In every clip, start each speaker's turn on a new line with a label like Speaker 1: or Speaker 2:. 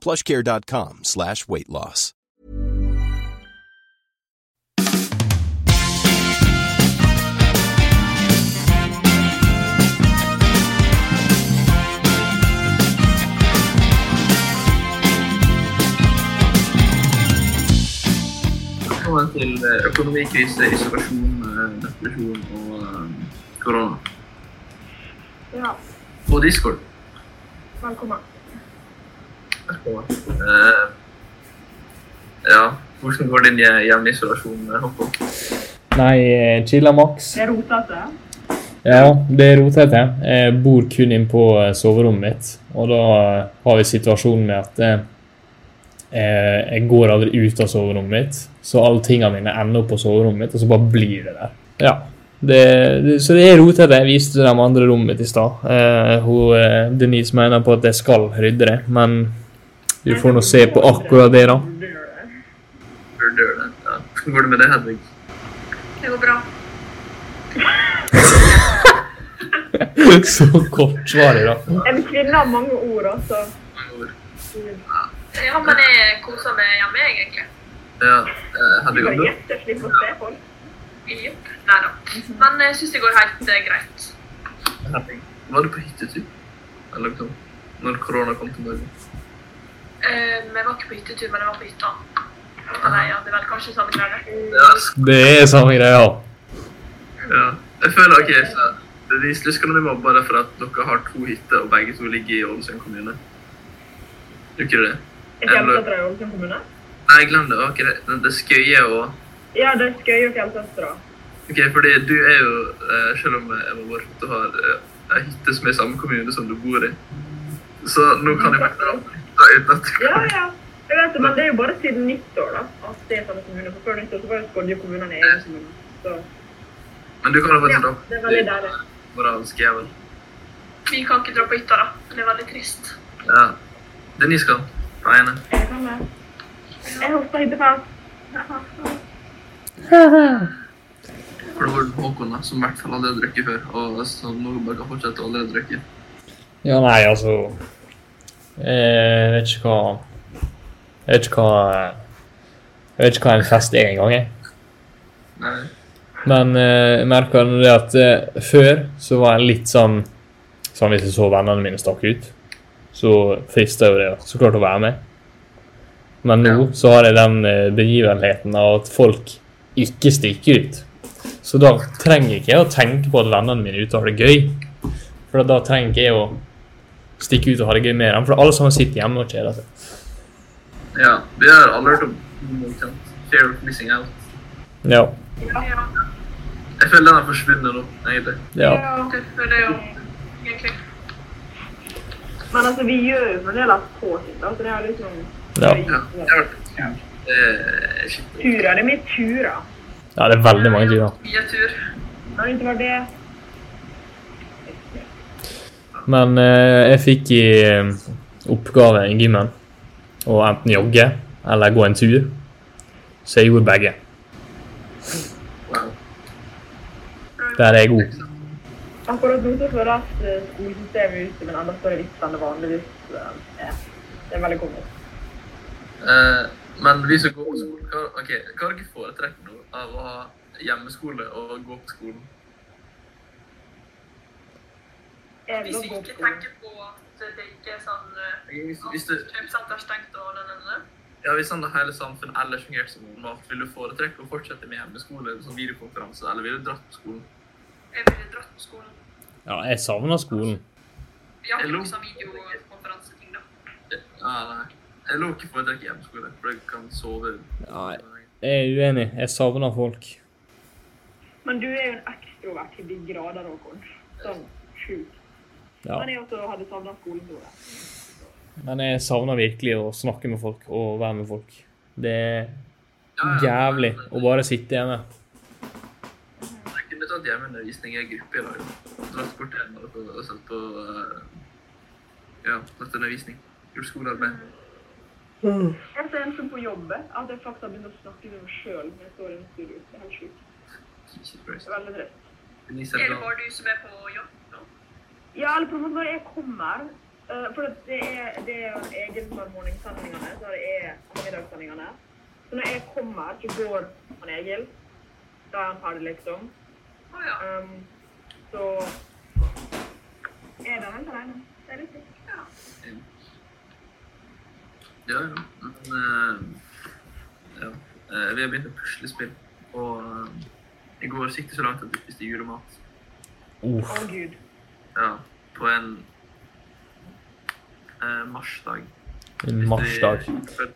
Speaker 1: plushcare.com slash weight loss.
Speaker 2: Velkommen til eh, økonomikrise, isolasjon, eh, depresjon og eh, korona.
Speaker 3: Ja,
Speaker 2: Og Discord.
Speaker 3: velkommen.
Speaker 2: Eh, ja, hvordan går din hje- hjemmeisolasjon, eh, Håkon?
Speaker 4: Nei, eh, chilla maks.
Speaker 3: Det er rotete.
Speaker 4: Ja, det er rotete. Jeg bor kun inn på eh, soverommet mitt, og da eh, har vi situasjonen med at eh, eh, jeg går aldri ut av soverommet mitt, så alle tingene mine ender opp på soverommet mitt, og så bare blir det der. Ja. Det, det, så det er rotete. Jeg viste det dem andre rommet mitt i stad. Eh, hun, eh, Denise mener på at jeg skal rydde det, men vi får nå se på akkurat det, da.
Speaker 2: Hvordan gjør det? Ja. Hvordan går det med deg, Hedvig?
Speaker 3: Det går bra.
Speaker 4: Så kort svar i dag.
Speaker 3: En kvinne har mange ord, altså.
Speaker 5: Ja, men jeg koser meg hjemme, jeg, egentlig.
Speaker 2: Ja, eh,
Speaker 3: Du
Speaker 2: Hedvig,
Speaker 3: kan
Speaker 2: går det?
Speaker 3: gjette slik å se folk.
Speaker 5: Jepp. Nei da. Men jeg syns det går helt eh, greit.
Speaker 2: Hedvig, Var du på hyttetur? Eller liksom, når korona kom til Norge?
Speaker 5: Eh, Vi var ikke på hyttetur, men jeg var på hytta. Nei, ja, det er vel kanskje samme greie.
Speaker 2: Ja,
Speaker 4: Det er samme greia.
Speaker 2: ja. Jeg føler, ok, så de sluskene blir mobba derfor at dere har to hytter, og begge to ligger i Ålesund kommune. Gjør ikke det?
Speaker 3: Er fjellsøstra i Ålesund kommune?
Speaker 2: Nei, glem det. Ok, det, det- det skøye og
Speaker 3: Ja, det er Skøye og fjellsøstra.
Speaker 2: Ok, fordi du er jo, eh, selv om jeg var vårt, du har eh, ei hytte som er i samme kommune som du bor i. Så nå kan jeg være på hytta uten at du
Speaker 3: Ja,
Speaker 2: kan
Speaker 3: ja. Jeg vet det, men det er jo bare siden nyttår, da. At det er samme kommune. For før nyttår så var jo Skodje kommune en egen kommune. Så
Speaker 2: Men du kan jo
Speaker 3: ja,
Speaker 2: faktisk
Speaker 3: det er veldig
Speaker 2: dra
Speaker 3: deilig.
Speaker 2: på moralsk jævel.
Speaker 5: Vi kan ikke dra på hytta, da. Det er veldig trist.
Speaker 2: Ja. Denise kan. Nei, nei.
Speaker 3: Jeg kan det. Jeg hoster hyttefest.
Speaker 2: For det var det Håkon da, som i hvert fall hadde drukket før, og som nå bare kan fortsette å allerede drikke.
Speaker 4: Ja, nei, altså Jeg vet ikke hva Jeg vet ikke hva Jeg vet ikke hva en fest er engang, jeg.
Speaker 2: Nei.
Speaker 4: Men eh, jeg merka nå det at eh, før så var jeg litt sånn Sånn hvis jeg så vennene mine stakk ut, så frista jo det så klart å være med. Men nå så har jeg den eh, begivenheten av at folk ikke stikker ut. Så da trenger ikke jeg å tenke på at vennene mine er ute og har det gøy. For da trenger ikke jeg å stikke ut og ha det gøy med dem, for alle sammen sitter hjemme og kjeder seg.
Speaker 2: Ja, vi har alle hørt om homo, ikke sant? Fear of missing out.
Speaker 4: Ja.
Speaker 5: Ja,
Speaker 2: Jeg føler den har forsvunnet nå, egentlig.
Speaker 4: ja.
Speaker 5: det føler jeg jo egentlig.
Speaker 3: Men altså, vi gjør jo fremdeles på ting, da. Så det er liksom
Speaker 4: Ja.
Speaker 2: Ja, det har vært litt kult. Eh, shit.
Speaker 3: Turer. Det er mye turer.
Speaker 4: Ja, det er veldig mange turer.
Speaker 5: Mye tur.
Speaker 3: Har det ikke vært det?
Speaker 4: Men eh, jeg fikk i eh, oppgave i gymmen å enten jogge eller gå en tur. Så jeg gjorde begge.
Speaker 2: Wow.
Speaker 4: Der er jeg god.
Speaker 3: Akkurat nå så føles eh, skolesystemet ut som en enda større vits enn det vanligvis eh, er. Det er veldig komisk.
Speaker 2: Eh, men vi som går på skolen, hva, ok, hva har dere foretrekk nå av å ha hjemmeskole og gå på skolen?
Speaker 3: Jeg
Speaker 5: Hvis
Speaker 3: vil
Speaker 5: vi
Speaker 3: gå
Speaker 5: ikke
Speaker 3: på-
Speaker 5: tenker på at det ikke er sånn eh,
Speaker 2: Hvis, hvis,
Speaker 5: at
Speaker 2: du,
Speaker 5: kjøpesenter er stengt og den ene.
Speaker 2: Ja, Hvis hadde hele samfunnet ellers fungerte som normalt, ville du foretrekke å fortsette med hjemmeskole som videokonferanse, eller ville du dratt på skolen?
Speaker 5: Jeg ville dratt på skolen.
Speaker 4: Ja, jeg savner skolen.
Speaker 5: Vi har
Speaker 2: Hello?
Speaker 5: ikke sånn videokonferanseting, da.
Speaker 2: Ja, nei. Jeg lå ikke foretrekke hjemmeskole, for jeg kan sove.
Speaker 4: Nei. Jeg er uenig. Jeg savner folk.
Speaker 3: Men du er jo en ekstrovert til de grader, Håkon. Sånn sjukt.
Speaker 4: Ja.
Speaker 3: Men jeg også hadde savna skolen, tror jeg.
Speaker 4: Men jeg savner virkelig å snakke med folk og være med folk. Det er
Speaker 2: Ja, ja.
Speaker 4: jævlig å bare sitte hjemme.
Speaker 2: Jeg kunne tatt hjemmeundervisning i en gruppe i dag. Dratt bort igjen og og sett på eh, Ja, tatt undervisning. Gjort skolearbeid.
Speaker 3: Jeg ser en som på jobbet, at jeg faktisk har begynt å snakke med meg sjøl når jeg står i en studio. Det er helt sjukt.
Speaker 2: Jesus Christ.
Speaker 3: Det er veldig trøtt.
Speaker 2: Denise
Speaker 5: Er
Speaker 2: er
Speaker 5: det
Speaker 2: bra.
Speaker 5: bare du som er på jobb nå?
Speaker 3: Ja, eller på en måte når jeg kommer eh, For at det er, det er jo en egen med morgensendingene, så det er middagssendingene. Så når jeg kommer, så går han Egil. Da er han ferdig, liksom.
Speaker 5: Å ja.
Speaker 3: Um, så er det vel alene. Det er litt trist.
Speaker 5: ja.
Speaker 2: Ja, ja. Men eh, ja. Eh, Vi har begynt med puslespill, og eh, jeg går sikter så langt at jeg spiste julemat.
Speaker 4: Uff.
Speaker 3: Å, gud.
Speaker 2: Ja, på en eh, marsdag.
Speaker 4: En marsdag.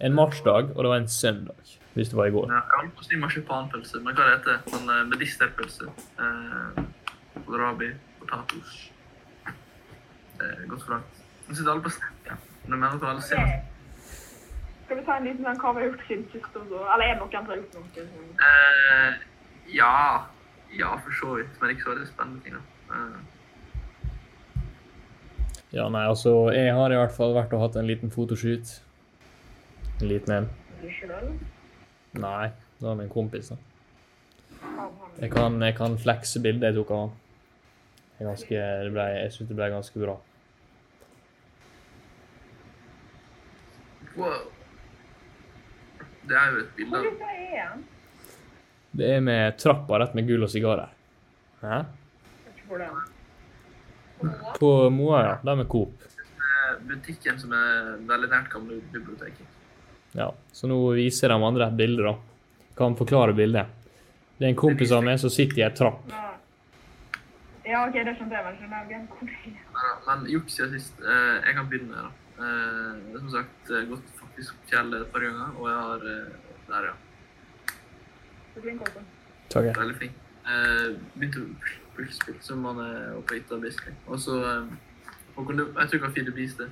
Speaker 4: En marsdag, og det var en søndag, hvis det var i går.
Speaker 2: Ja, jeg holdt på å si marsipanpølse, men hva det heter det? Sånn eh, medisterpølse. Eh, kohlrabi, potatos. Eh, godt for langt. Jeg synes alle på Snap, ja. Men jeg mener at alle ser
Speaker 3: Ok. Skal vi ta en liten sånn hva vi har gjort siden sist og så? Eller er det noen som har gjort noe?
Speaker 2: Eh, ja. Ja, for så vidt. Men ikke så veldig spennende ting, da. Eh,
Speaker 4: Ja, nei, altså, jeg har i hvert fall vært og hatt en liten fotoshoot. En liten en.
Speaker 3: Du sjøl?
Speaker 4: Nei, det var med en kompis, da. Jeg kan, jeg kan flekse bildet jeg tok av han. Det er ganske, det ble, jeg synes det ble ganske bra.
Speaker 2: wow. Det er jo et bilde
Speaker 3: Hvor
Speaker 2: av
Speaker 3: ute er han?
Speaker 4: Det er med trappa rett med gull og sigarer. Hæ?
Speaker 3: Jeg vet ikke hvor det er.
Speaker 5: Og
Speaker 4: På Moa, ja. Der med Coop.
Speaker 2: eh, butikken som er veldig nært gamle biblioteket.
Speaker 4: Ja, så nå viser de andre et bilde, da. Kan forklare bildet. Det er en kompis av meg som sitter i ei trapp.
Speaker 3: Ja. Ja, ok, det skjønte jeg vel. Skjønner jeg. Hvor er det?
Speaker 2: Neida, Men juks siden sist. Eh, jeg kan begynne, da. Eh, som sagt, eh, gått faktisk opp fjellet et par ganger, og jeg har eh, Der, ja.
Speaker 3: Du klink også.
Speaker 4: Takk. jeg.
Speaker 2: Veldig flink. Eh, begynte å puslespill som man er oppe på hytta, basically. Og så eh, Håkon, du- jeg tror ikke Fide Beast det.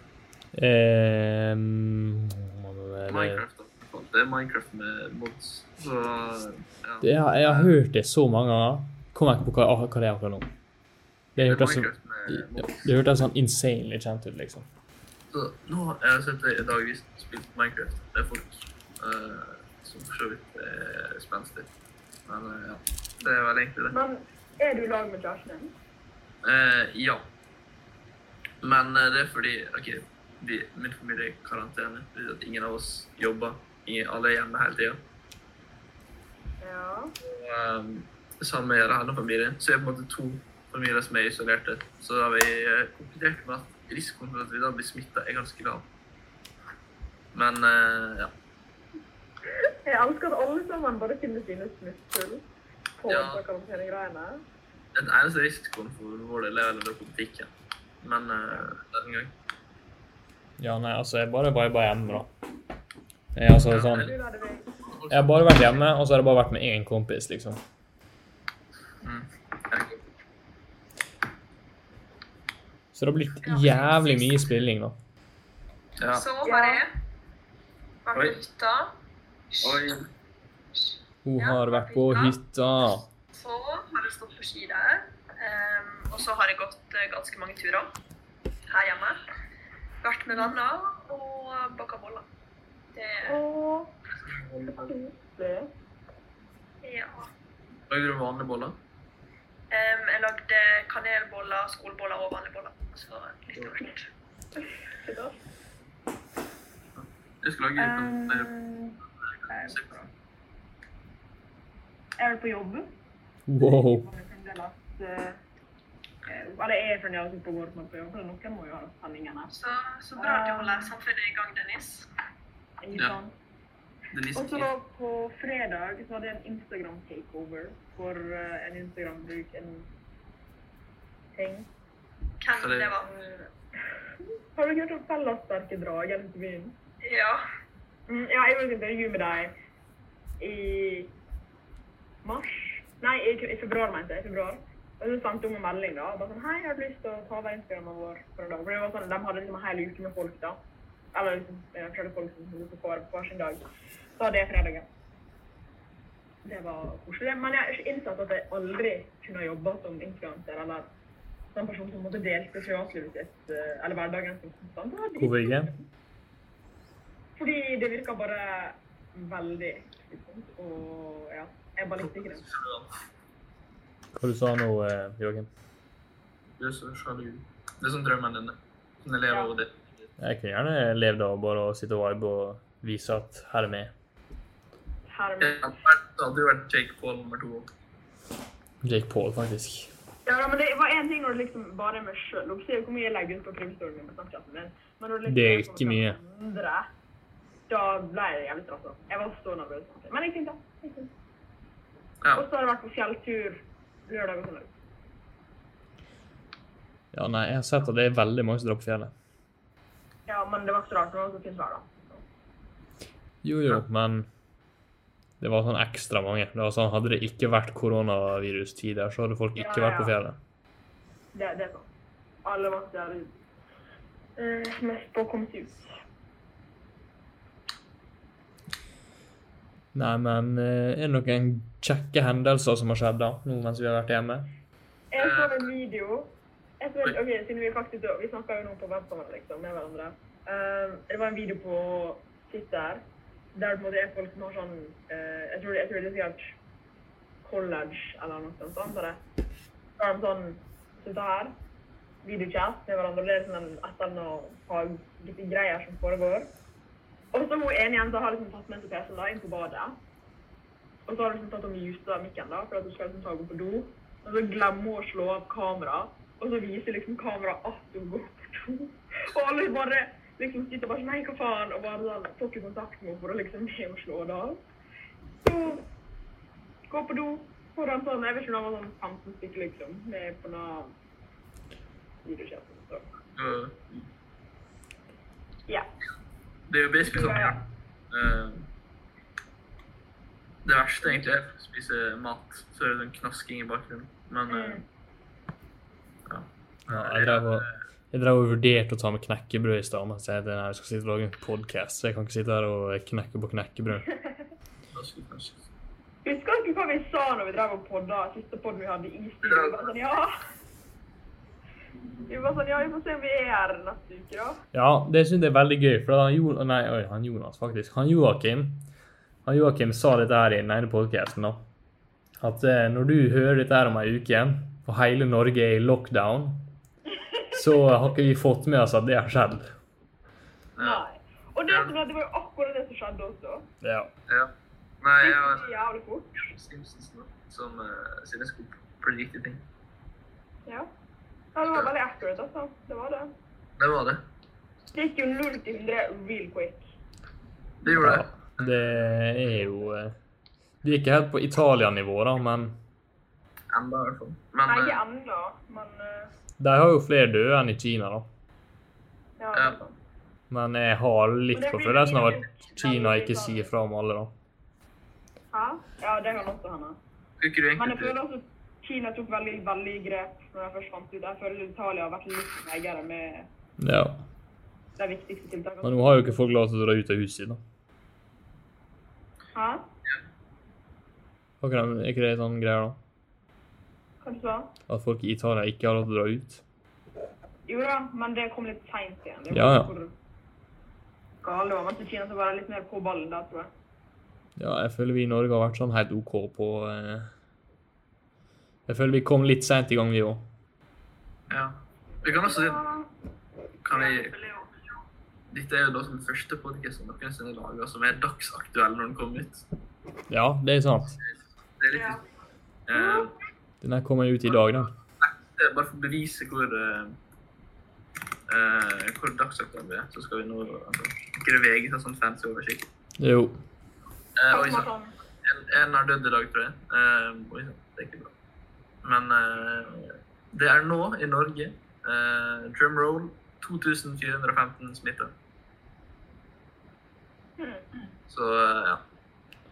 Speaker 4: Eh,
Speaker 2: Minecraft,
Speaker 4: mm,
Speaker 2: da. i hvert fall. Det er Minecraft med mods. Så ja.
Speaker 4: det, jeg, jeg har hørt det så mange ganger. Kommer ikke på hva, ah, hva det er akkurat nå.
Speaker 2: Det
Speaker 4: Det
Speaker 2: er
Speaker 4: hørtes så,
Speaker 2: Minecraft med
Speaker 4: ja,
Speaker 2: mods.
Speaker 4: det hørtes sånn insanely kjent ut, liksom.
Speaker 2: Så nå har jeg sett deg i dagvis spilt Minecraft. Det er folk eh, som for så vidt er spenstig. Men eh, ja, det er vel egentlig det.
Speaker 3: Men er du i lag med kjæresten din?
Speaker 2: Eh, ja. Men eh, det er fordi OK, vi, min familie er i karantene. Det betyr at ingen av oss jobber. Ingen, alle er hjemme hele tida.
Speaker 3: Ja.
Speaker 2: Um, sammen med hele familien. Så er det på en måte to familier som er isolerte. Så da har vi eh, konkludert med at risikoen for at vi da blir smitta, er ganske lav. Men eh, ja.
Speaker 3: Jeg elsker at alle sammen bare finner sine smutthull på
Speaker 2: Ja.
Speaker 3: ja. karantenegreiene.
Speaker 2: Den eneste risikoen for vår del er vel det på butikken. Men eh, den gang
Speaker 4: Ja, nei, altså, jeg bare viba hjemme, da. Jeg, altså, sånn,
Speaker 3: Du hadde vært
Speaker 4: jeg har bare vært hjemme, og så har jeg bare vært med én kompis, liksom.
Speaker 2: mm. jeg,
Speaker 4: Så det har blitt jævlig mye spilling, da.
Speaker 2: ja.
Speaker 5: så var det. Var på
Speaker 2: Oi.
Speaker 5: hytta.
Speaker 2: Oi.
Speaker 4: Hun
Speaker 5: Ja,
Speaker 4: har vært på
Speaker 5: hytta.
Speaker 4: hytta.
Speaker 5: Så har jeg stått på ski der. ehm, og så har jeg gått eh, ganske mange turer her hjemme. Vært med venner og baka boller. Det
Speaker 3: Åh, koselig.
Speaker 5: Ja.
Speaker 2: Lager du vanlige boller?
Speaker 5: Ehm, jeg lagde kanelboller, skoleboller og vanlige boller. Så litt av hvert.
Speaker 3: Det er
Speaker 2: Jeg skal lage
Speaker 3: Um,
Speaker 2: uten
Speaker 3: Jeg er på jobb.
Speaker 4: Wow.
Speaker 3: Jeg kommer til at, eh, eh, Eller jeg er fremdeles oppe og går på jobb, for noen må jo ha sendingene.
Speaker 5: Så, så bra at du holder samfunnet i gang, Dennis.
Speaker 3: Ikke
Speaker 2: Ja.
Speaker 3: sant?
Speaker 2: Den
Speaker 3: Og så
Speaker 2: isken.
Speaker 3: på fredag så hadde jeg en Instagram takeover for eh, en Instagram-bruk, en ting. Eh,
Speaker 2: Så
Speaker 5: Hvem
Speaker 2: det-
Speaker 5: det var?
Speaker 3: Har du hørt om Fellessterke drag her på byen?
Speaker 5: Ja.
Speaker 3: Mm, ja, jeg var i et intervju med deg i mars. Nei, i, i februar, mente jeg. i februar. Og så sendte hun meg en melding da, og bare sånn, hei, jeg har lyst til å ta over Instagramen vår for en dag. For det var sånn, de hadde liksom en hel uke med folk da. Eller liksom, eh, forskjellige folk som holdt på hver- hver sin dag. Så det er fredagen. Det var koselig. Men jeg har ikke innsett at jeg aldri kunne ha jobbet som influencer, eller den personen som måtte delte privatlivet sitt, eh, eller hverdagen sin konstant. Det var
Speaker 4: Hvorfor ikke?
Speaker 3: fordi det virker bare veldig slitsomt, og ja, jeg bare likte ikke det.
Speaker 4: Hva du sa du nå, eh, Joakim?
Speaker 2: Du er så sjalu. Det er sånn drømmen din. Sånn jeg lever
Speaker 3: Ja.
Speaker 2: over det.
Speaker 4: Jeg kunne gjerne levd av bare å sitte og vibe og vise at her er vi.
Speaker 3: Her
Speaker 2: Jeg
Speaker 3: med.
Speaker 2: hadde vært- det hadde jo vært Jake Paul nummer to.
Speaker 4: Jake Paul, faktisk.
Speaker 3: Ja, men det var en ting når det liksom bare er meg sjøl. Dere ser jo hvor mye jeg legger ut på privatstoryen min på Snapchaten min. Men når det liksom
Speaker 4: Det er
Speaker 3: er
Speaker 4: ikke
Speaker 3: sånn
Speaker 4: mye.
Speaker 3: Andre, da ble jeg jævlig stressa. Jeg var så nervøs. egentlig. Men jeg tenkte, jeg tenkte.
Speaker 2: Ja.
Speaker 3: Og så har jeg vært på fjelltur lørdag og søndag.
Speaker 4: Ja, nei, jeg har sett at det er veldig mange som drar på fjellet.
Speaker 3: Ja, men det var så rart. Det var så fint vær, da.
Speaker 4: Jo, jo, men det var sånn ekstra mange. Det var sånn, Hadde det ikke vært koronavirustid der, så hadde folk ikke
Speaker 3: Ja,
Speaker 4: vært på
Speaker 3: ja.
Speaker 4: fjellet.
Speaker 3: Det, det er sånn. Alle var så jævlig eh, mest på å komme seg ut.
Speaker 4: Nei, men eh, er det noen kjekke hendelser som har skjedd da, nå mens vi har vært hjemme?
Speaker 3: Jeg så en video jeg så, Ok, siden vi faktisk Vi snakket jo nå på webkamera liksom, med hverandre. Um, det var en video på Twitter der på en måte er folk som har sånn eh, jeg, tror, jeg tror det er sikkert college eller noe sånt. antar jeg. Så har de sånn sitter her, videochat med hverandre. og Det er liksom en et eller annet faggreier som foregår. Og så hun ene jenta har liksom tatt med seg PC-en da inn på badet. Og så har hun liksom tatt og muta mikken, da, for at hun skal liksom ta henne på do. Og så glemmer hun å slå av kameraet, og så viser liksom kameraet at hun går på do. Og alle bare liksom sitter bare sånn Nei, hva faen? Og bare sånn Får ikke kontakt med henne for å liksom be henne slå det av. Så går på do foran sånn Jeg vet ikke om det var sånn 15 stykker, liksom, med på noe videokjøp. Så
Speaker 2: Øh,
Speaker 3: ja.
Speaker 2: Det er jo basically
Speaker 3: Ja, ja.
Speaker 2: sånn øh, Det verste egentlig er å spise mat, så er det sånn knasking i bakgrunnen. Men øh,
Speaker 3: Mm.
Speaker 4: Ja, jeg drev og, jeg drev og vurderte å ta med knekkebrød i stad, men så tenkte jeg nei, jeg skal sitte og lage en podkast, så jeg kan ikke sitte her og knekke på knekkebrød.
Speaker 2: da skulle jeg kanskje
Speaker 3: Husker du hva vi sa når vi drev og podda siste podden vi hadde i studio? Vi var sånn, ja. Vi var sånn, ja, vi får se om vi er her neste uke, da.
Speaker 4: Ja, det syns jeg er veldig gøy. For han, Jo- nei, oi, han Jonas, faktisk. Han Joakim han Joakim sa dette her i den ene podkasten. At eh, når du hører dette her om ei uke, og hele Norge er i lockdown, så har ikke vi fått med oss at det har skjedd.
Speaker 2: Ja.
Speaker 3: Nei. Og det, som er, det var jo akkurat det som skjedde også.
Speaker 4: Ja.
Speaker 2: Eh, ja. Nei,
Speaker 3: Det
Speaker 2: jeg
Speaker 3: gikk
Speaker 2: har
Speaker 3: jævlig fort.
Speaker 2: Simpsons nå, som øh, siden jeg skulle predikte ting.
Speaker 3: Ja. ja, det var veldig accurate, altså. Det var det.
Speaker 2: Det var det.
Speaker 3: Det gikk jo 0 til 100 real quick.
Speaker 2: Det gjorde
Speaker 4: ja.
Speaker 2: det.
Speaker 4: Det er jo eh, Det er ikke helt på Italia-nivå, da, men
Speaker 2: Enda, i hvert fall. Men
Speaker 3: Nei,
Speaker 2: øh,
Speaker 3: ikke ennå, men eh,
Speaker 4: de har jo flere døde enn i Kina, da.
Speaker 3: ja, det er sant.
Speaker 4: Men jeg har litt
Speaker 3: Men det
Speaker 4: på
Speaker 3: blir
Speaker 4: følelsen av
Speaker 3: jo
Speaker 4: at Kina ikke sier fra om alle, da.
Speaker 3: Hæ? Ja, det kan også hende.
Speaker 2: skulle ikke du
Speaker 3: Men jeg
Speaker 2: egentlig
Speaker 3: føler også at Kina tok veldig, veldig grep når jeg først fant ut. Jeg føler Italia har vært litt treigere med
Speaker 4: Ja.
Speaker 3: de viktigste tiltakene.
Speaker 4: Men nå har jo ikke folk lov til å dra ut av huset, da.
Speaker 3: Hæ?
Speaker 4: Hva kan- Er ikke det sånn greier, da?
Speaker 3: Hva du sa du?
Speaker 4: At folk i Italia ikke har lov til å dra ut?
Speaker 3: Jo da, men det kom litt seint igjen. Det var
Speaker 4: Ja, ja.
Speaker 3: hvor Gale det var men til Kina så var det litt mer på ballen da, tror jeg.
Speaker 4: Ja, jeg føler vi i Norge har vært sånn helt OK på eh... Jeg føler vi kom litt seint i gang, vi òg.
Speaker 2: Ja. Vi kan også si
Speaker 3: Ja,
Speaker 2: Kan
Speaker 5: Jeg
Speaker 2: vi
Speaker 5: føler jo-
Speaker 2: Dette er jo da som den første podcast som noensinne lager som er dagsaktuell når den kommer ut.
Speaker 4: Ja, det er sant.
Speaker 2: Det er litt
Speaker 5: Ja.
Speaker 2: Eh,
Speaker 4: Den her kommer jo ut i dag, den.
Speaker 2: det er Bare for å bevise hvor eh, eh, hvor dagsaktuell vi er, så skal vi nå altså, Ikke det VG tar sånn fancy oversikt.
Speaker 4: Jo.
Speaker 2: Eh,
Speaker 3: Folk
Speaker 2: oi
Speaker 3: som har
Speaker 2: sann.
Speaker 3: sånn
Speaker 2: En, en har dødd i dag, tror jeg. Eh, oi sann, det er ikke bra. Men eh, det er nå i Norge eh, drumroll 2415 smitta. Så eh, ja.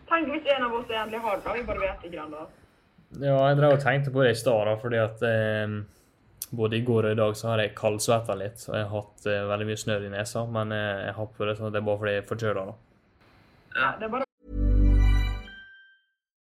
Speaker 3: Tenk hvis en av oss egentlig har det, da. Vi bare vet ikke ennå.
Speaker 4: Ja, jeg drev og tenkte på det i stad, da, fordi at eh, både i går og i dag så har jeg kaldsvetta litt. Og jeg har hatt eh, veldig mye snørr i nesa, men eh, jeg har på det sånn at det er bare fordi jeg er forkjøla, da.
Speaker 2: ja.
Speaker 3: Det er bare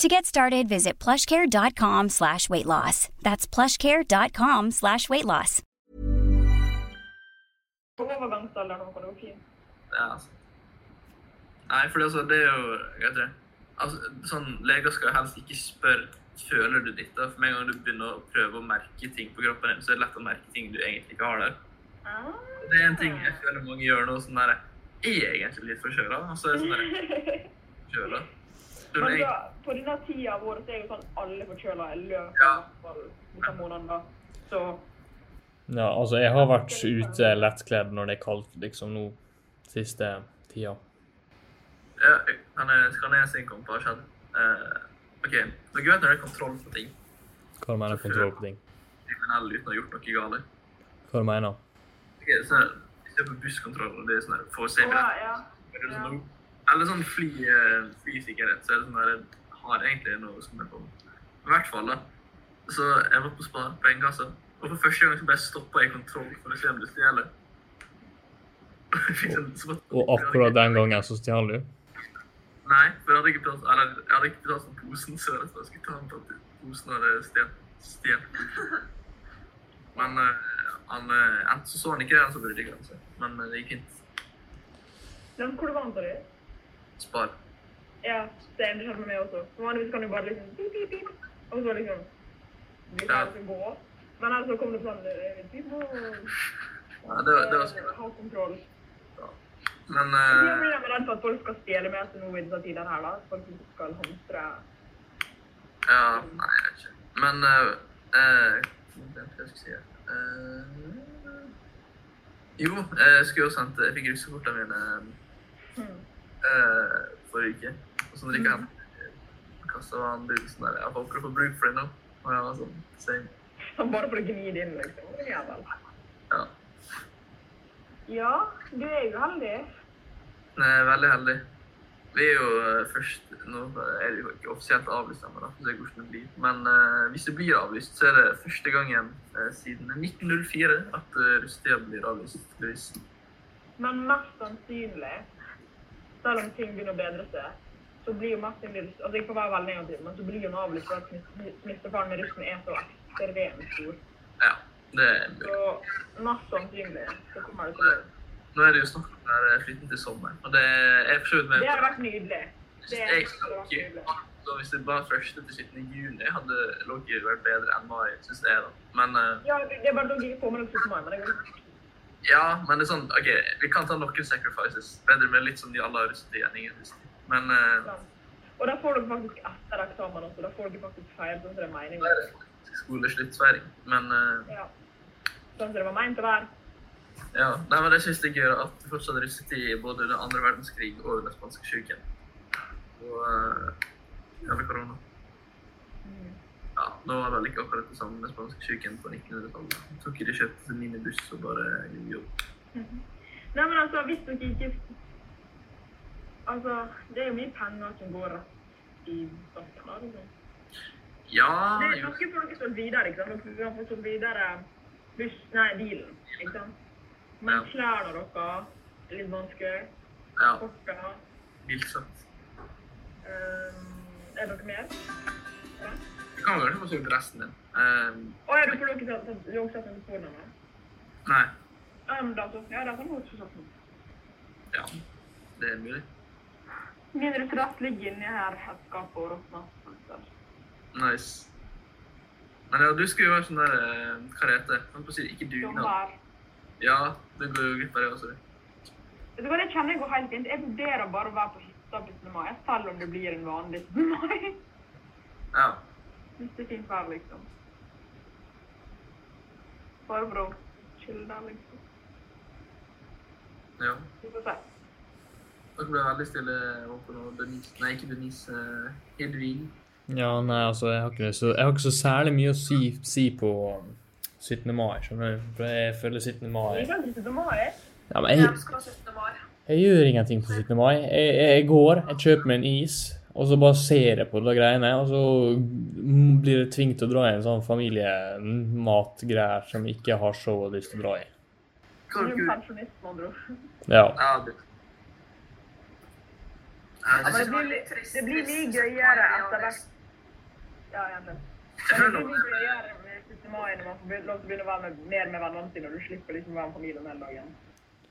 Speaker 6: To get started, visit plushcare.com slash weight loss. That's plushcare.com slash weight loss.
Speaker 3: på overgangsalderen nå, kan det gå fint.
Speaker 2: Ja, altså. Nei, for altså, det er jo jeg vet ikke. Altså, sånn, Leger skal helst ikke spørre føler du ditt. da? For med en gang du begynner å prøve å merke ting på kroppen din, så er det lett å merke ting du egentlig ikke har der.
Speaker 3: Ah.
Speaker 2: Og Det er en ting jeg føler mange gjør nå. sånn der, Er jeg egentlig litt forkjøla? Og så er det sånn der, forkjøla. Så
Speaker 3: Men
Speaker 2: jeg-
Speaker 3: da, på denne tida av året så er jo sånn alle forkjøla i løpet
Speaker 2: Ja.
Speaker 3: av ja. månedene, da. Så
Speaker 4: Ja, altså, jeg har vært ute lettkledd når det er kaldt, liksom nå siste tida.
Speaker 2: Ja, kan jeg, skal jeg si hva har skjedd? Eh, OK, dere vet når det er kontroll på ting.
Speaker 4: Hva du mener kontroll på ting?
Speaker 2: Kriminelle uten å ha gjort noe galt.
Speaker 4: Hva du mener?
Speaker 2: Ok, så Hvis du er på busskontroll og det er sånn her, får se
Speaker 3: ja,
Speaker 2: billett
Speaker 3: ja.
Speaker 2: Er det sånn, Eller sånn fly, eh, flysikkerhet, så er det sånn der, jeg har egentlig noe som er på I hvert fall, da. Så jeg var på Spar, på Engekassa, og for første gang så ble jeg stoppa i kontroll for å se om du stjeler. Fikk sånn- så bare-
Speaker 4: Og akkurat den gangen så stjal du?
Speaker 2: Nei, for jeg hadde ikke betalt, eller, jeg hadde ikke betalt for posen, så jeg skulle ta den på at posen hadde stjålet- stjålet. posen. Men eh, han, eh, enten så så han ikke det, eller så burde ikke han se. Men eh, det gikk fint.
Speaker 3: Men hvor vant du?
Speaker 2: Spar.
Speaker 3: Ja, det skjedde med meg også. For Vanligvis kan du bare liksom pip, pip, pip, og så liksom blir det
Speaker 2: Ja.
Speaker 3: alt som går. Men altså kom det sånn eh, pip, og
Speaker 2: Ja, det, var- det var
Speaker 3: eh,
Speaker 2: skummelt.
Speaker 3: ha kontroll.
Speaker 2: Men
Speaker 3: Jeg blir
Speaker 2: eh,
Speaker 3: nemlig redd for at folk skal stjele mer til noe i denne tiden her, da. At Folk ikke skal hamstre.
Speaker 2: ja, nei, jeg vet ikke. Men eh, eh, Hva skal jeg si? Uh, jo, eh, jeg skulle jo sendt Jeg fikk russekortene mine
Speaker 3: Mm.
Speaker 2: eh, forrige uke. Og så drikker han kassa var han brukte sånn der Jeg håper du får bruk for det nå. Og jeg var sånn same.
Speaker 3: Sånn bare for å gni det inn, liksom. Å, Jævel.
Speaker 2: Ja.
Speaker 3: Ja, du er jo heldig.
Speaker 2: Nei, veldig heldig. Vi er jo eh, først Nå er det jo ikke offisielt avlyst ennå, da, så det er hvordan det blir. Men eh, hvis det blir avlyst, så er det første gangen eh, siden 1904 at uh, russetida blir avlyst. Hvis,
Speaker 3: Men mest sannsynlig, selv om ting begynner å bedre seg, så blir jo mest sannsynlig Altså ikke for å være veldig negativ, men så blir jo en avlyst for at smitte- smittefaren med russen er så ekstremt stor.
Speaker 2: ja, det er mulig.
Speaker 3: Så mest sannsynlig så kommer det til å
Speaker 2: Nå er det jo snakk om det her, eh, flytten til sommeren, og det er for så vidt med
Speaker 3: Det hadde vært nydelig. Det
Speaker 2: Jeg
Speaker 3: hadde vært nydelig.
Speaker 2: så Hvis det bare første til 17. juni hadde Loki vært bedre enn mai, syns jeg, da. Men eh,
Speaker 3: Ja, det er bare logikk på med den 17. mai, men det går ikke.
Speaker 2: Ja, men det er sånn, ok, vi kan ta noen sacrifices. Bedre med litt som de alle har russetid enn ingen russetid. Men eh,
Speaker 3: sant. Og da får dere faktisk etter eksamen også, da får dere faktisk feil sånn som det er
Speaker 2: nå er
Speaker 3: meningen.
Speaker 2: det faktisk skolesluttfeiring. Men eh,
Speaker 3: Ja. Sånn som det var meint å være.
Speaker 2: ja, Nei, men jeg synes det er gøy at det fortsatt er russetid både under andre verdenskrig og under spanskesyken. Og eh, ja, med korona. Ja, nå var det like akkurat det samme med spanskesyken på 1900-tallet. Jeg Tror ikke de kjøpte seg minibuss og bare jobb.
Speaker 3: Nei, men altså, hvis dere ikke Altså, det er jo mye penger som går rett i banken. da, liksom.
Speaker 2: Ja,
Speaker 3: Det er
Speaker 2: jo.
Speaker 3: noe for dere som videre, ikke sant? Dere kan få sånn videre buss, nei, bilen, ikke sant? Men
Speaker 2: Ja.
Speaker 3: klærne deres er litt vanskelig.
Speaker 2: Ja,
Speaker 3: Korta.
Speaker 2: mildt sagt.
Speaker 3: eh, er dere mer? Ja.
Speaker 2: Du kan jo kanskje få solgt resten din. Eh,
Speaker 3: Å, er du på dere som som- dere også har sendt telefonen?
Speaker 2: nei.
Speaker 3: Ja, men da så. Ja, da kan du også sånn.
Speaker 2: Ja, det er mulig.
Speaker 3: Min rutedatt ligger inni her, her skapet og råtner.
Speaker 2: Nice. Men ja, du skulle jo være sånn der eh, Hva det heter Holdt på å si ikke dugnad.
Speaker 3: Dommer.
Speaker 2: Ja, det går jo altså. litt på det også. det.
Speaker 3: Vet du hva, det kjenner jeg går helt fint. Jeg vurderer bare å være på hytta 17. mai, selv om det blir en vanlig 17. mai.
Speaker 2: Ja.
Speaker 3: Hvis det er fint vær, liksom. Bare for å chille der, liksom.
Speaker 2: ja.
Speaker 3: Vi får se.
Speaker 2: Dere ble veldig stille Håkon og Denise Nei, ikke Denise. eh, Hedvig.
Speaker 4: Ja, nei, altså, jeg har ikke, så, jeg har ikke så særlig mye å si, si på 17. mai, skjønner du? For jeg føler 17. mai
Speaker 3: Jeg kan ikke 17. mai.
Speaker 4: Ja, men jeg,
Speaker 5: Jeg skal ha 17. mai.
Speaker 4: jeg gjør ingenting på 17. mai. Jeg, jeg, jeg går, jeg kjøper meg en is, og så bare ser jeg på de greiene, og så m- blir jeg tvunget til å dra i en sånn familiematgreier som jeg ikke har så lyst til å dra i.
Speaker 2: Hva
Speaker 3: Du
Speaker 2: har
Speaker 3: er jo
Speaker 2: dere
Speaker 3: pensjonist, med andre ord.
Speaker 4: Ja.
Speaker 2: Ja, det. Ja,
Speaker 3: men
Speaker 2: det
Speaker 3: det blir- det blir mye gøyere etter hvert. Ja, jeg er enig. Men det blir litt gøyere med 17. mai når man får be- lov til å begynne å være med, mer med vennene sine, og du slipper liksom å være med familien hele dagen.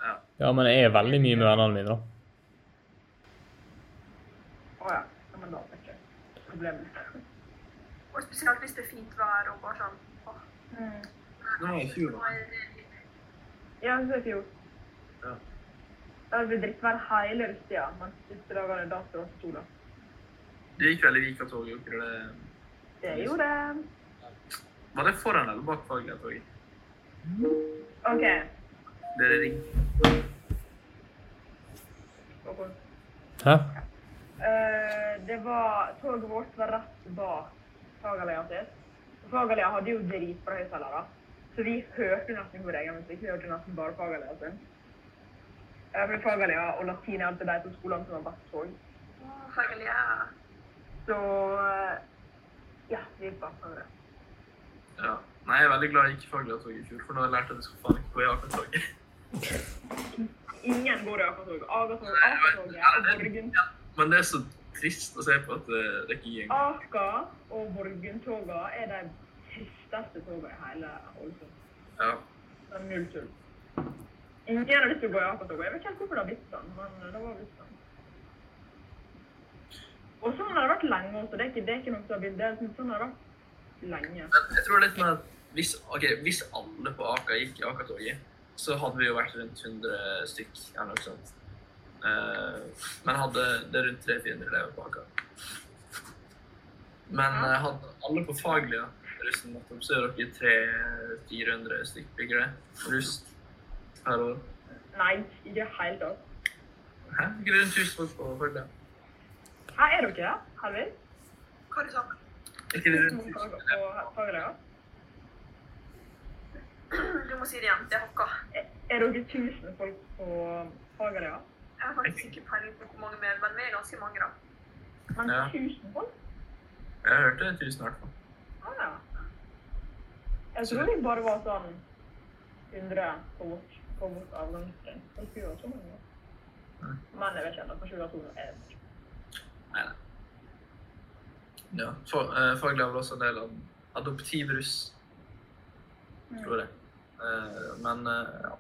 Speaker 2: Ja.
Speaker 4: ja, men jeg er veldig mye med vennene mine, da.
Speaker 3: Å ja. ja men da er det ikke problemet.
Speaker 5: Og spesielt hvis det er fint vær og bare sånn. Åh,
Speaker 2: Det var i fjor,
Speaker 5: nå
Speaker 2: da.
Speaker 5: er det litt-
Speaker 3: Ja, så er det fjor.
Speaker 2: Ja.
Speaker 3: Da blir drittvær hele russetida, men siste dagene da står det sola.
Speaker 2: Det gikk veldig Vika-toget, gjorde det det?
Speaker 3: Det gjorde det.
Speaker 2: Var det foran eller bak Fagerlia-toget?
Speaker 3: OK.
Speaker 2: Det er ring.
Speaker 3: Håkon.
Speaker 4: Hæ?
Speaker 3: Eh, det var Toget vårt var rett bak Fagerlia sitt. Fagerlia hadde jo dritbra høyttalere, så vi hørte jo nesten vår egen musikk. Vi hørte jo nesten bare Fagerlia sin. Eh, For Fagerlia og latin er alltid de to skolene som har best tog.
Speaker 5: Åh, farlig, ja.
Speaker 3: Så eh, ja, vi gikk bak Fagerlia.
Speaker 2: Ja. Nei, jeg er veldig glad jeg gikk i Fagerlia-toget i fjor, for nå har jeg lært at jeg skal faen ikke gå i Aker-toget.
Speaker 3: Ingen går i Akatoget. Akatoget,
Speaker 2: Nei, jeg vet-
Speaker 3: Akatoget
Speaker 2: ja,
Speaker 3: og
Speaker 2: det-
Speaker 3: Borgen.
Speaker 2: ja. Men det er så trist å se på at eh, det ikke gikk.
Speaker 3: Aka og Borgundtoga er de tristeste togene i hele Ålesund.
Speaker 2: Ja.
Speaker 3: Det er null tull. Ingen har lyst til å liksom gå i Akatoget. Jeg vet ikke helt hvorfor det har blitt sånn, men det var blitt sånn. Og sånn har det vært lenge også. Det er ikke, det er ikke noe som har blitt delt, men sånn har det vært lenge.
Speaker 2: Men jeg tror litt med at hvis, ok, hvis alle på Aker gikk i Aker-toget, så hadde vi jo vært rundt 100 stykk, eller noe sånt. Eh, men hadde det er rundt 300-400 elever på Aker. Men eh, hadde alle på Faglia russen nettopp, så er dere 300-400 stykk, blir ikke det? Rust. Her og
Speaker 3: Nei, ikke i det hele tatt.
Speaker 2: Hæ? Ikke det rundt 1000 folk på Faglia?
Speaker 3: Her er dere, Helvig.
Speaker 5: Hva er det sånn?
Speaker 2: Ikke det rundt 1000 elever?
Speaker 3: Er
Speaker 5: Du må si det igjen. Det hakka.
Speaker 3: er dere 1000 folk på Fagerøya?
Speaker 5: Jeg har faktisk ikke peiling på hvor mange mer, men vi er ganske mange, da.
Speaker 3: Men
Speaker 2: Ja.
Speaker 3: 1000 folk?
Speaker 2: Jeg hørte 1000 i hvert fall.
Speaker 3: Ah, ja. Jeg tror vi bare var sånn 100 på vårt, på vårt avgangssteg. Jeg skulle jo også mange. Men jeg vet ikke, kanskje vi var 200. Jeg vet ikke.
Speaker 2: Nei, nei. Ja, Fa- eh, Faglia var også en del av adoptiv russ. Tror jeg. Eh, Men eh, ja.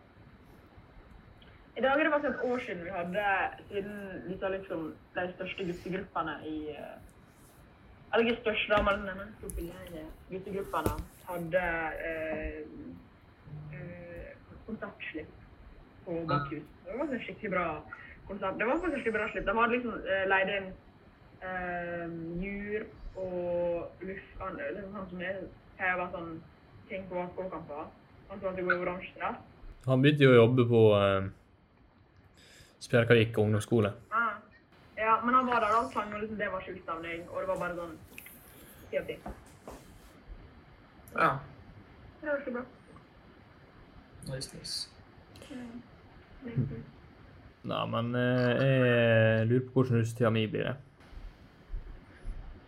Speaker 3: I dag er det faktisk et år siden vi hadde, siden vi sa liksom de største guttegruppene i eh, Eller ikke største, da, men den mest populære guttegruppene hadde eh, eh, konsertslipp på bakhus. Det var en skikkelig bra konsert. Det var faktisk skikkelig bra slipp. De hadde liksom eh, leid inn eh, jur og luft han, liksom, han som er pleier å være sånn ting på AK-kamper. Han som alltid går i oransje dress.
Speaker 4: Han begynte jo å jobbe på eh, Spjerkavik ungdomsskole.
Speaker 3: Ja. Ah. Ja, men han var der da og sang, og liksom, det var skjultstemning, og det var bare sånn ti av ti.
Speaker 2: ja.
Speaker 3: Det var så bra.
Speaker 2: Nice, nice.
Speaker 4: Nei, men eh, jeg lurer på hvordan russetida mi blir. det.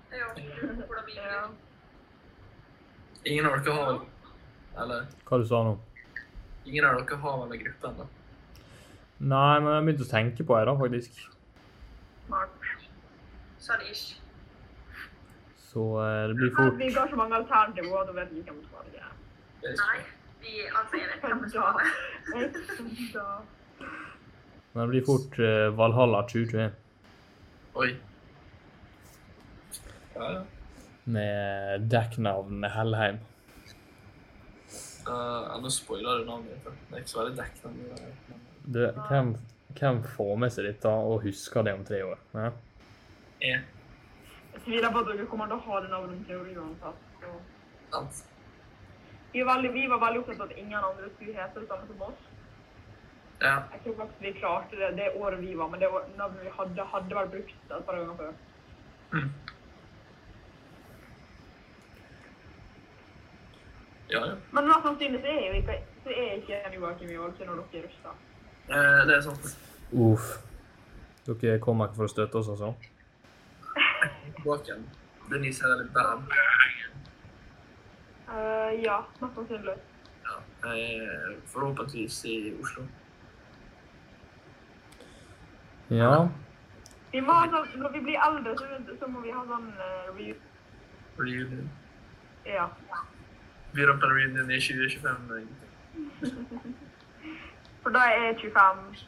Speaker 5: Det er jo hvordan vi
Speaker 3: Ja.
Speaker 2: Ingen av dere har vel Eller
Speaker 4: Hva du sa nå?
Speaker 2: ingen av dere har vel en gruppe ennå?
Speaker 4: Nei, men jeg begynte å tenke på det, da, faktisk.
Speaker 3: Smart.
Speaker 5: Sånn ish.
Speaker 4: Så eh, det blir
Speaker 3: Men
Speaker 4: fort
Speaker 3: vi ga så mange alternativer at hun vet ikke hvem som var det.
Speaker 2: Det er
Speaker 5: Nei.
Speaker 2: ikke-
Speaker 5: Vi, altså, jeg vet hvem som
Speaker 3: Ja.
Speaker 5: har det.
Speaker 3: Da.
Speaker 4: men det blir fort eh, Valhalla 2021.
Speaker 2: Oi. Ja, ja.
Speaker 4: med dekknavnet Hellheim.
Speaker 2: Eh, nå spoiler du navnet mitt. da. Det er ikke så veldig dekkende. men-
Speaker 4: Du, hvem, hvem får med seg dette og husker det om tre år? Ja.
Speaker 2: Eh,
Speaker 3: Jeg tviler på at dere kommer til å ha den navneteorien uansett. så.
Speaker 2: sant.
Speaker 3: Vi, var veldig- vi var veldig opptatt av at ingen andre skulle hete det samme som oss.
Speaker 2: Ja.
Speaker 3: Jeg tror faktisk vi klarte det det året vi var, men det år- navnet vi hadde, hadde vært brukt et par ganger før.
Speaker 2: Ja, ja.
Speaker 3: Men mest sannsynlig så er jo ikke, så er ikke en Joakim i år til når dere er rusta.
Speaker 2: Eh, det er sant.
Speaker 4: Uff. Dere kommer ikke for å støtte oss, altså?
Speaker 2: Bak igjen. Denise er litt bad.
Speaker 3: Eh, ja, mest sannsynlig.
Speaker 2: Ja. eh, Forhåpentligvis i Oslo.
Speaker 4: Ja.
Speaker 3: Vi må ha sånn, når vi blir eldre, så, så må vi ha sånn uh, reunion.
Speaker 2: Reunion.
Speaker 3: Ja.
Speaker 2: Byr opp en reunion i 2025. eh.
Speaker 3: For da er jeg 25.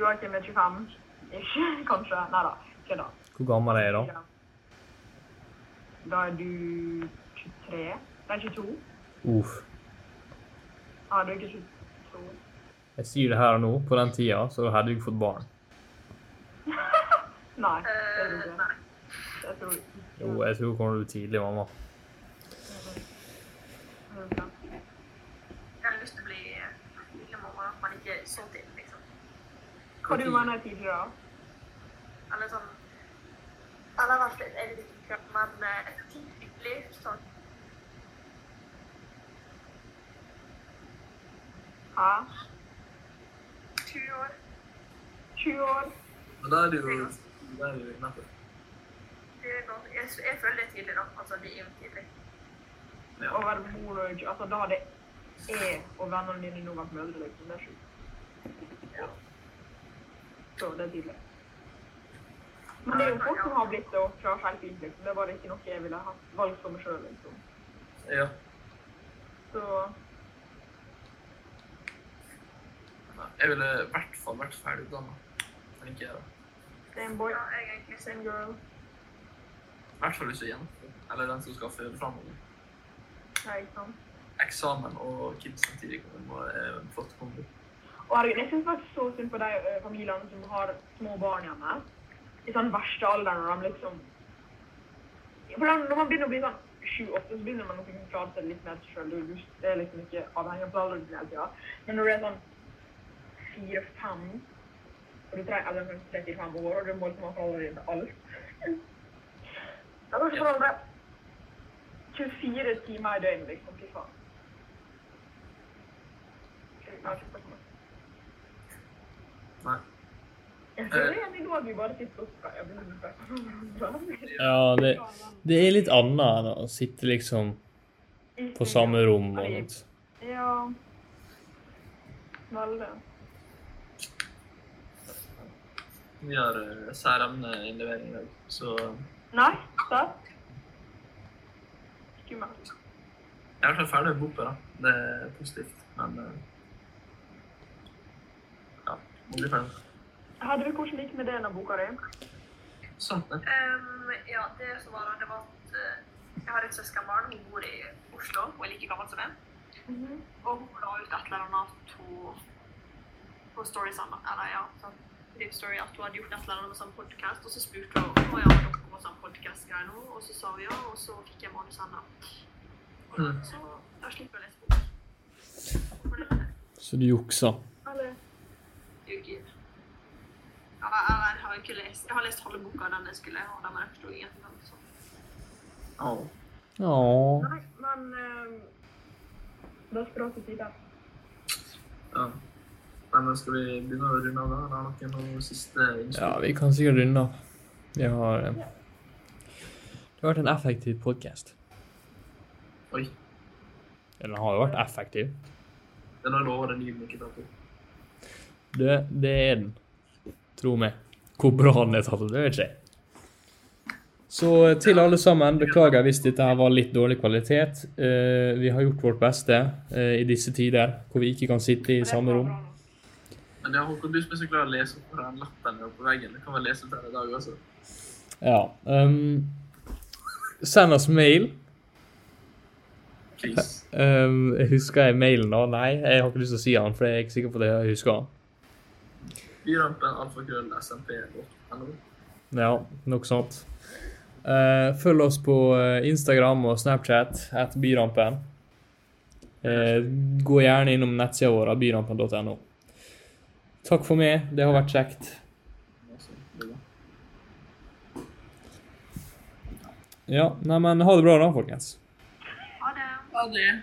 Speaker 3: Joakim er 25. Ikke, kanskje. Nei da. Kødda.
Speaker 4: Hvor gammel er jeg da?
Speaker 3: Ja. Da er du 23? Nei, 22.
Speaker 4: Uff.
Speaker 3: Ja, du er ikke 22.
Speaker 4: Jeg sier det her og nå. På den tida så hadde jeg fått barn.
Speaker 3: Nei. det er du
Speaker 5: Eh,
Speaker 3: ikke.
Speaker 5: nei.
Speaker 3: Jeg tror ikke.
Speaker 4: Jo, jeg tror kommer du tidlig, mamma.
Speaker 5: Jeg har lyst til å bli eh, familiemamma, men ikke så tidlig, liksom.
Speaker 3: Hva du mener du tidligere?
Speaker 5: Eller sånn Eller vent litt, jeg vet ikke, men eh, tidlig sånn
Speaker 3: Hæ?
Speaker 5: 20 år.
Speaker 3: 20 år?
Speaker 2: Men da er det jo da er det jo innenfor.
Speaker 5: Det er noe- Jeg, jeg føler det er tidlig, da. Altså, det er jo tidlig.
Speaker 3: Å være mor og ikke Altså, da hadde jeg og vennene dine nå vært mødre, liksom. Det er sjukt. Så det er tidlig. Men det er jo folk som har blitt det og klarer seg helt fint, liksom. Det var ikke noe jeg ville ha valgt for meg sjøl, liksom.
Speaker 2: Ja.
Speaker 3: Så
Speaker 2: Nei, Jeg ville i hvert fall vært ferdig utdanna. Tenker jeg, da.
Speaker 3: same boy,
Speaker 5: Ja, jeg er egentlig
Speaker 3: same girl.
Speaker 2: I hvert fall hvis du er jente. Eller den som skal føde framover.
Speaker 3: Ja, ikke sant?
Speaker 2: Eksamen og kids samtidig kommer er en flott kombo.
Speaker 3: Og herregud, jeg syns faktisk så synd på de eh, familiene som har små barn hjemme. I sånn verste alder når de liksom For da- når man begynner å bli sånn sju-åtte, så begynner man å kunne klare seg litt mer sjøl. Du du er liksom ikke avhengig av foreldrene dine hele tida. Men når du er sånn fire-fem, og du tre- eller sånn tre-fire-fem år, og du må liksom ha foreldrene dine til alt Da har du ikke foreldre 24 timer i døgnet, liksom. Fy faen. Jeg har ikke spørsmål.
Speaker 2: Nei.
Speaker 3: Jeg tror egentlig nå at vi bare sitter og skal jobbe med hverandre.
Speaker 4: Ja, det, det er litt annet enn å sitte liksom på samme rom og sånt.
Speaker 3: Ja. Veldig.
Speaker 2: Vi har uh, særemneinnlevering i dag, så eh, jeg
Speaker 3: Nei, sant? Skummelt.
Speaker 2: er i hvert fall ferdig med boka, da. Det er positivt, men eh, Ja, må bli ferdig.
Speaker 3: Hadde du hvordan gikk med det når boka di?
Speaker 2: Sant, det.
Speaker 5: Ehm, ja, det som var da, det var at eh, jeg har et søskenbarn. Hun bor i Oslo og er like gammel som meg. Og hun la ut et eller annet to, på Story sammen, eller ja, sånn Liv Story, at hun hadde gjort et eller annet med sånn podcast, og så spurte hun om ja, dere må ha sånn podcast-greier nå, og så sa vi ja, og så fikk jeg manuset hennes. Og da-
Speaker 2: Mm.
Speaker 5: Så da slipper jeg å lese bok. For det
Speaker 4: Så du juksa.
Speaker 3: Eller?
Speaker 5: er jo ikke ja, jeg, jeg har ikke lest Jeg har lest halve boka den jeg skulle ha, den jeg forstod ingenting av. så.
Speaker 2: Ja.
Speaker 4: Ja.
Speaker 3: Nei, men eh, Da språk til side.
Speaker 2: ja. Nei, men skal vi begynne å runde av? da? Eller har dere noen siste
Speaker 4: ja,
Speaker 2: innspill?
Speaker 4: vi kan sikkert runde av. Vi har eh, Det har vært en effektiv podkast.
Speaker 2: Oi.
Speaker 4: Den har jo vært effektiv.
Speaker 2: Den har lova den lyden ikke tatt opp.
Speaker 4: Det, det er den. Tro meg. Hvor bra den er tatt opp, det vet ikke jeg. Så eh, til alle sammen, beklager hvis dette her var litt dårlig kvalitet. Eh, vi har gjort vårt beste eh, i disse tider hvor vi ikke kan sitte i samme rom.
Speaker 2: Men ja, Håkon, du som er så glad i å lese opp fra den lappen der på veggen, du kan vel lese opp den i dag også?
Speaker 4: Ja. ehm, Send oss mail.
Speaker 2: Please.
Speaker 4: Um, husker jeg mailen da? Nei, jeg har ikke lyst til å si den, for jeg er ikke sikker på det jeg husker.
Speaker 2: Byrampen, alfakrøll, smp.no.
Speaker 4: Ja, nok sånt. Eh, følg oss på eh, Instagram og Snapchat, at Byrampen. Eh, gå gjerne innom nettsida vår, byrampen.no. Takk for meg, det har vært kjekt.
Speaker 2: Altså, det var-
Speaker 4: Ja, nei, men ha det bra da, folkens.
Speaker 5: Ha det.